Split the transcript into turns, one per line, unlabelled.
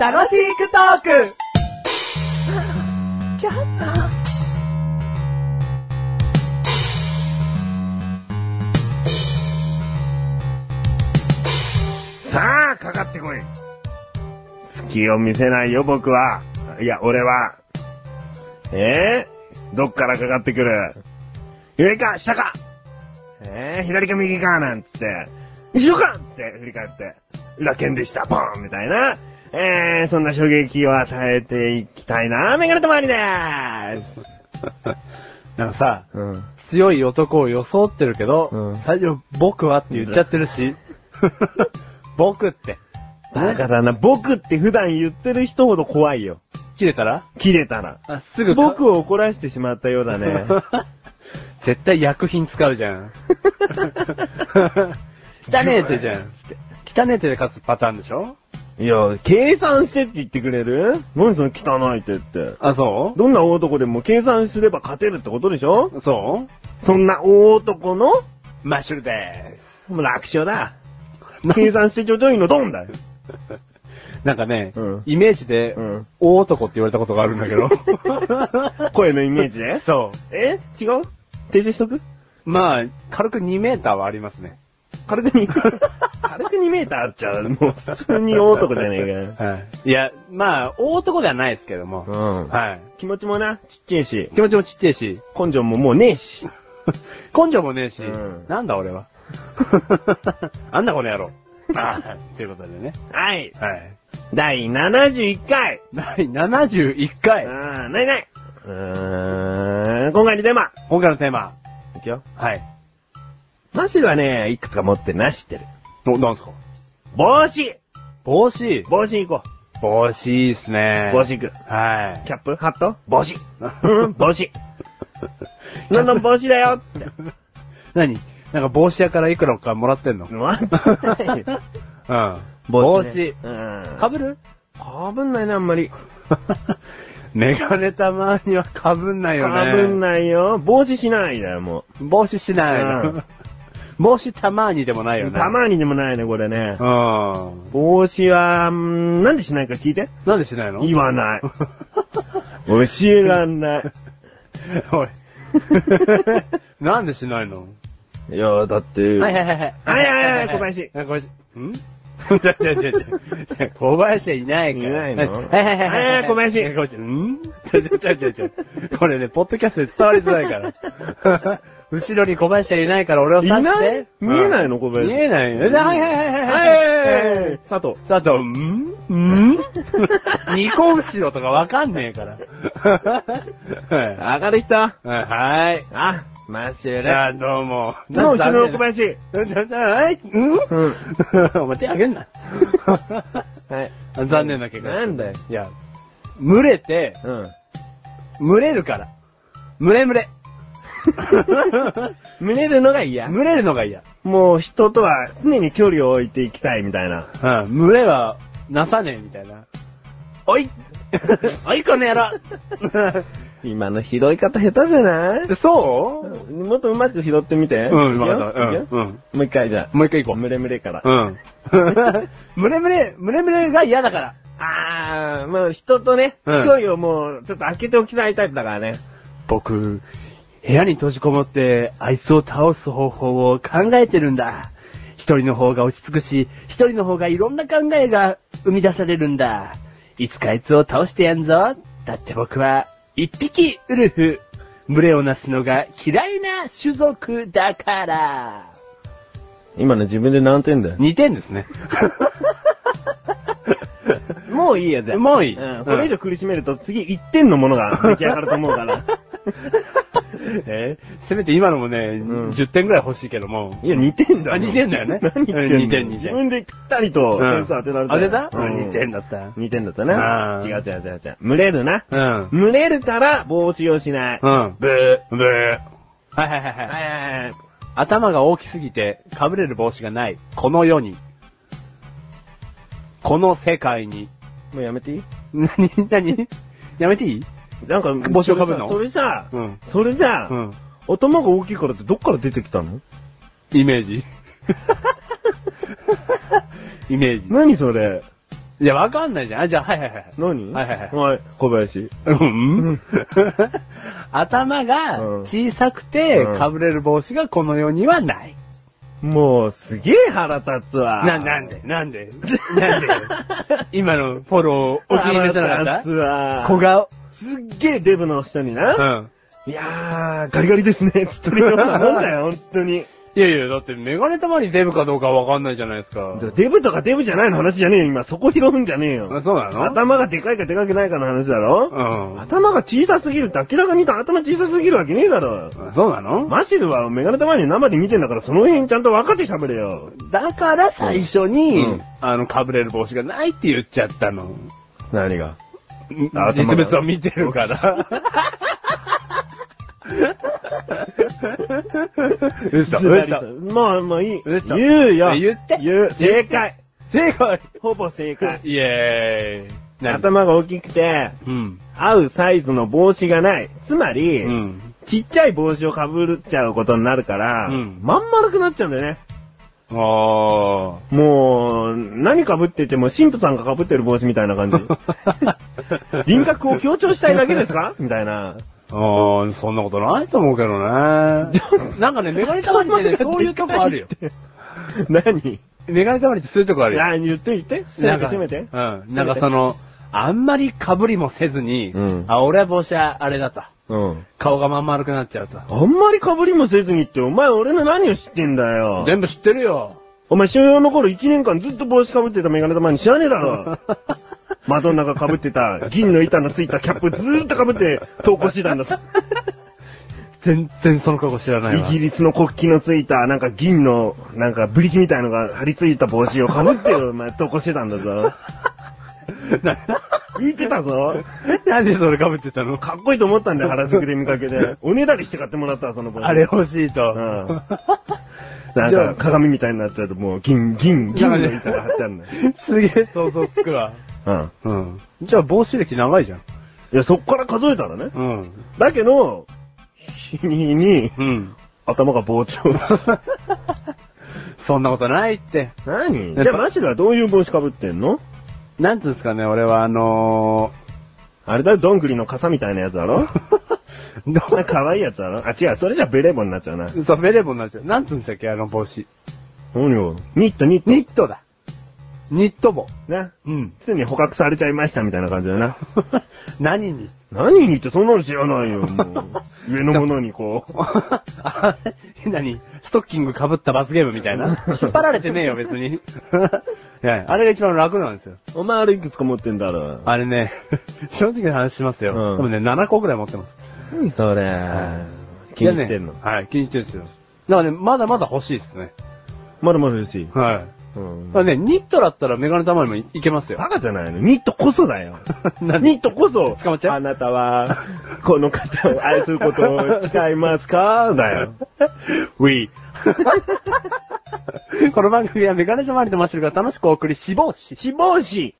楽しくトーク
さあ、かかってこい。隙を見せないよ、僕は。いや、俺は。えー、どっからかかってくる上か下かえー、左か右かなんつって。一緒かつって振り返って。ラケンでした、ポンみたいな。えー、そんな衝撃を与えていきたいな、メガネとまわりでーす。
なんかさ、
うん。
強い男を装ってるけど、
うん
最初、僕はって言っちゃってる し、僕って、
バカだな、僕って普段言ってる人ほど怖いよ。
切れたら
切れたら。
あすぐか
僕を怒らしてしまったようだね。
絶対薬品使うじゃ ん。汚ねえ手じゃん。汚ねえ手で勝つパターンでしょ
いや、計算してって言ってくれる何その汚い手って。
あ、そ
どんな大男でも計算すれば勝てるってことでしょ
うそ
そんな大男の
うマッシュルでーす。
楽勝だ。
な
計算してちょちょいのドンだよ。
なんかね、
うん
イメージで、
うん
大男って言われたことがあるんだ けど。。
声のイメージ で
そう。
え違う訂正しとく
まあ、軽く2メーターはありますね。
軽く2、軽く2メーターあっちゃう。もう普通に大男じゃね えかよ。
はい。いや、まあ、大男ではないですけども。
うん
はい。
気持ちもな、ちっちゃいし、
気持ちもちっちゃいし、
根性ももうねえし。
根性もねえし、
うん
なんだ俺 は。なんだこの野郎。ああ、ということでね。
はい。
はい。
第71回。
第71回、
あー、ないない。うーん、今回のテーマ。
今回のテーマ。
いくよ。
はい。
マシルはね、いくつか持ってるな、知ってる。
ど、なんですか
帽子
帽子。
帽子行こ
帽子いいっすね
う。。帽子。行く。
はい。
キャップハット帽子。 うん、帽子。どんどん帽子だよつって。
何なんか帽子屋からいくらかもらってんのうん。
もら ってないよ
帽子。
ねうん。
か
か
ぶる
ぶんないな、あんまり。
メガネたまにはかぶんないよね。
かぶんないよ。帽子しないだよ、も
帽子しないの。
うん
帽子たまにでもないよ
う。
ね。
たまにでもないね、これね。
うん。
帽子は、うんなんでしないか聞いて。
なんでしないの
言わない。教えらんない。
おい。 なんでしないの
いや、だって。
はいはいはいはい。
はいはいはい小林
あ小林。ん ちょちょちょちょ。小林はいないから。
いないの
はいはいはいはい。
はいはい小林
小林。んちょちょちょちょちょ。これね、ポッドキャストで伝わりづらいから。 後ろに小林はいないから俺を刺し
いない
て。
見えないの小林
見えないよ。はいはいはいはい
はいはいはい佐藤。
あと、ん ん二個後ろとかわかんねえから。は
上がってきた。
い。はい。
あ、マッシュ
い
ル。
や、どうも。
の後ろの小
めん。
林。
はい、ん
うん。
お前手あげんな。
はい。
残念な結果。
なんだよ。
いや、群れて、
うん。
群れるから。群れ群 れ。
群れるのが嫌。
群れるのが嫌。
もう人とは常に距離を置いていきたいみたいな。
うん、群れは、なさねえみたいな。
お い
おい、この野郎
今の拾い方下手じゃない
そう
もっとうまく拾ってみて。
うん、
い
わ
くよ
かった。
いうく
ん
よ、
うん。
もう一回じゃあ。
もう一回行こう。
群れ群れから。
うん。 ムレムレ、ムレムレが嫌だから。
あー、もう人とね、距
うん
離をもうちょっと開けておきたいタイプだからね。
僕、部屋に閉じこもって、あいつを倒す方法を考えてるんだ。一人の方が落ち着くし、一人の方がいろんな考えが生み出されるんだ。いつかあいつを倒してやんぞ。だって僕は、一匹ウルフ。群れをなすのが嫌いな種族だから。
今の自分で何点だよ。
似てんです ね。
もういいやじゃあ
もういい
んこれ以上苦しめると次1点のものが出来上がると思う から。
えせめて今のもね、
ん
10点ぐらい欲しいけども。
いや、似てんだよ。
あ似てんだよね
何言ってんの
似てん似てん
自分でぴったりと点数当てられた
あ
よ。
れだ
うん
似てんだった。
似てんだった
あ
な。
ー
違う違う違う違う。群れるな。
うん。
群れるから帽子をしない。
うん。
ブー。
ブー。はいはいは
は
いはい。
いはいはい。
頭が大きすぎて、被れる帽子がない。この世に。この世界に。
もうやめていい
なになにやめていい
なんか、
帽子をかぶるの
それさ、
うん。
それさ
う、ん。
頭が大きいからってどっから出てきたの
イメージ。 イメージ。
何それ
いや、わかんないじゃん。あじゃあ、はいはいはい。
何
はいはいはい
はい。小林。
うん、頭が小さくて、
うん
かぶれる帽子がこの世にはない。
もう、すげえ腹立つわ。
な、なんでなんでなんで今のフォロー、お気に入りじゃなか
腹
っ
立つ
た
わ。
小顔。
すっげえデブの人にな。
うん。
いやー、ガリガリですね。 つってるようなもんだよ、本当に。
いやいや、だってメガネたまにデブかどうかわかんないじゃないですか。
デブとかデブじゃないの話じゃねえよ、今。そこ拾うんじゃねえ
あ
よ。
そうなの
頭がでかいかでかくないかの話だろ、
うん。あ
頭が小さすぎるって明らかに言うと頭小さすぎるわけねえだろ。
そうなの
マシルはメガネたまに生で見てんだからその辺ちゃんと分かって喋れよ。
だから最初に、
うん
あの、かぶれる帽子がないって言っちゃったの。
何が頭が
実物を見てるから。嘘、
ずばり
嘘。
まあまあいい。
嘘
言うよ。
言って
言う。正解。
正解
ほぼ正解。
イェーイ。何
頭が大きくて、
うん。
合うサイズの帽子がない。つま
う
り、
ん。
ちっちゃい帽子をかぶっちゃうことになるから、
うん
まん丸くなっちゃうんだよね。
あー。
もう、何かぶってても、神父さんがかぶってる帽子みたいな感 じ。輪郭を強調したいだけですかみたいな。
あー、そんなことないと思うけどね。 なんかね、メガネたまり ってね、そういうとこあるよ。
何
メガネたまりってそういうとこあるよ。
何言って言って。せめてせめて。
うん。なんかその、あんまり被りもせずに、
うん
あ、俺は帽子はあれだと。
うん。
顔がまん丸くなっちゃうと。
あんまり被りもせずにって、お前俺の何を知ってんだよ。
全部知ってるよ。
お前、収容の頃1年間ずっと帽子かぶってたメガネ玉に知らねえだ ろ。マドンナが被ってた銀の板のついたキャップずーっと被って投稿してたんだ。
全然その過去知らないわ。
イギリスの国旗のついた、なんか銀の、なんかブリキみたいのが張り付いた帽子をかぶ ってお前投稿してたんだぞ。見てたぞ。
なんでそれ被ってたの
かっこいいと思ったんだよ、原宿で見かけて。おねだりして買ってもらったわ、その帽子。
あれ欲しいと。
うん。なん
じゃあ
か鏡みたいになっちゃうともう銀、銀、銀の板が張ってあるんだよ。
すげえ想像つくわ。
うん。
うん。じゃあ帽子歴長いじゃん。
いや、そっから数えたらね。
うん。
だけど、日にに
うん。
頭が膨張す る。
そんなことないって。
何じゃあマシルはどういう帽子かぶってんの
なんつうんですかね、俺はあの
あれだよ、どんぐりの傘みたいなやつだろ
ー、ど
なんか可愛いやつだろあ、違う、それじゃベレー帽になっちゃうな。
う、そう、ベレー帽になっちゃう。なんつうんでしたっけ、あの帽子。
何よ。ニットニット。
ニットだ。ニット帽。
ね。
うん。
ついに捕獲されちゃいましたみたいな感じだな。
何に
何にってそんなの知らないよ、もう。 上のものにこう。
あ何ストッキング被った罰ゲームみたいな。引っ張られてねえよ、別 に。いやあれが一番楽なんですよ。
お前あれいくつか持ってんだろ。
あれね、 正直な話しますよ。
うん
多分ね、7個ぐらい持ってます。
何それ気に入ってんの、
いやねはい、気に入ってるんですよ。だからね、まだまだ欲しいですね。
まだまだですよ。
は
う
い。
ん
だからね、ニットだったらメガネ玉にもいいけますよ。
バカじゃないのニットこそだ よ。
なんで
ニットこそ、
捕まっちゃう
あなたは、この方を愛することを誓いますかだ よ。
We. この番組はメガネとマリとマッシュルが楽しくお送り、死亡し。
死亡し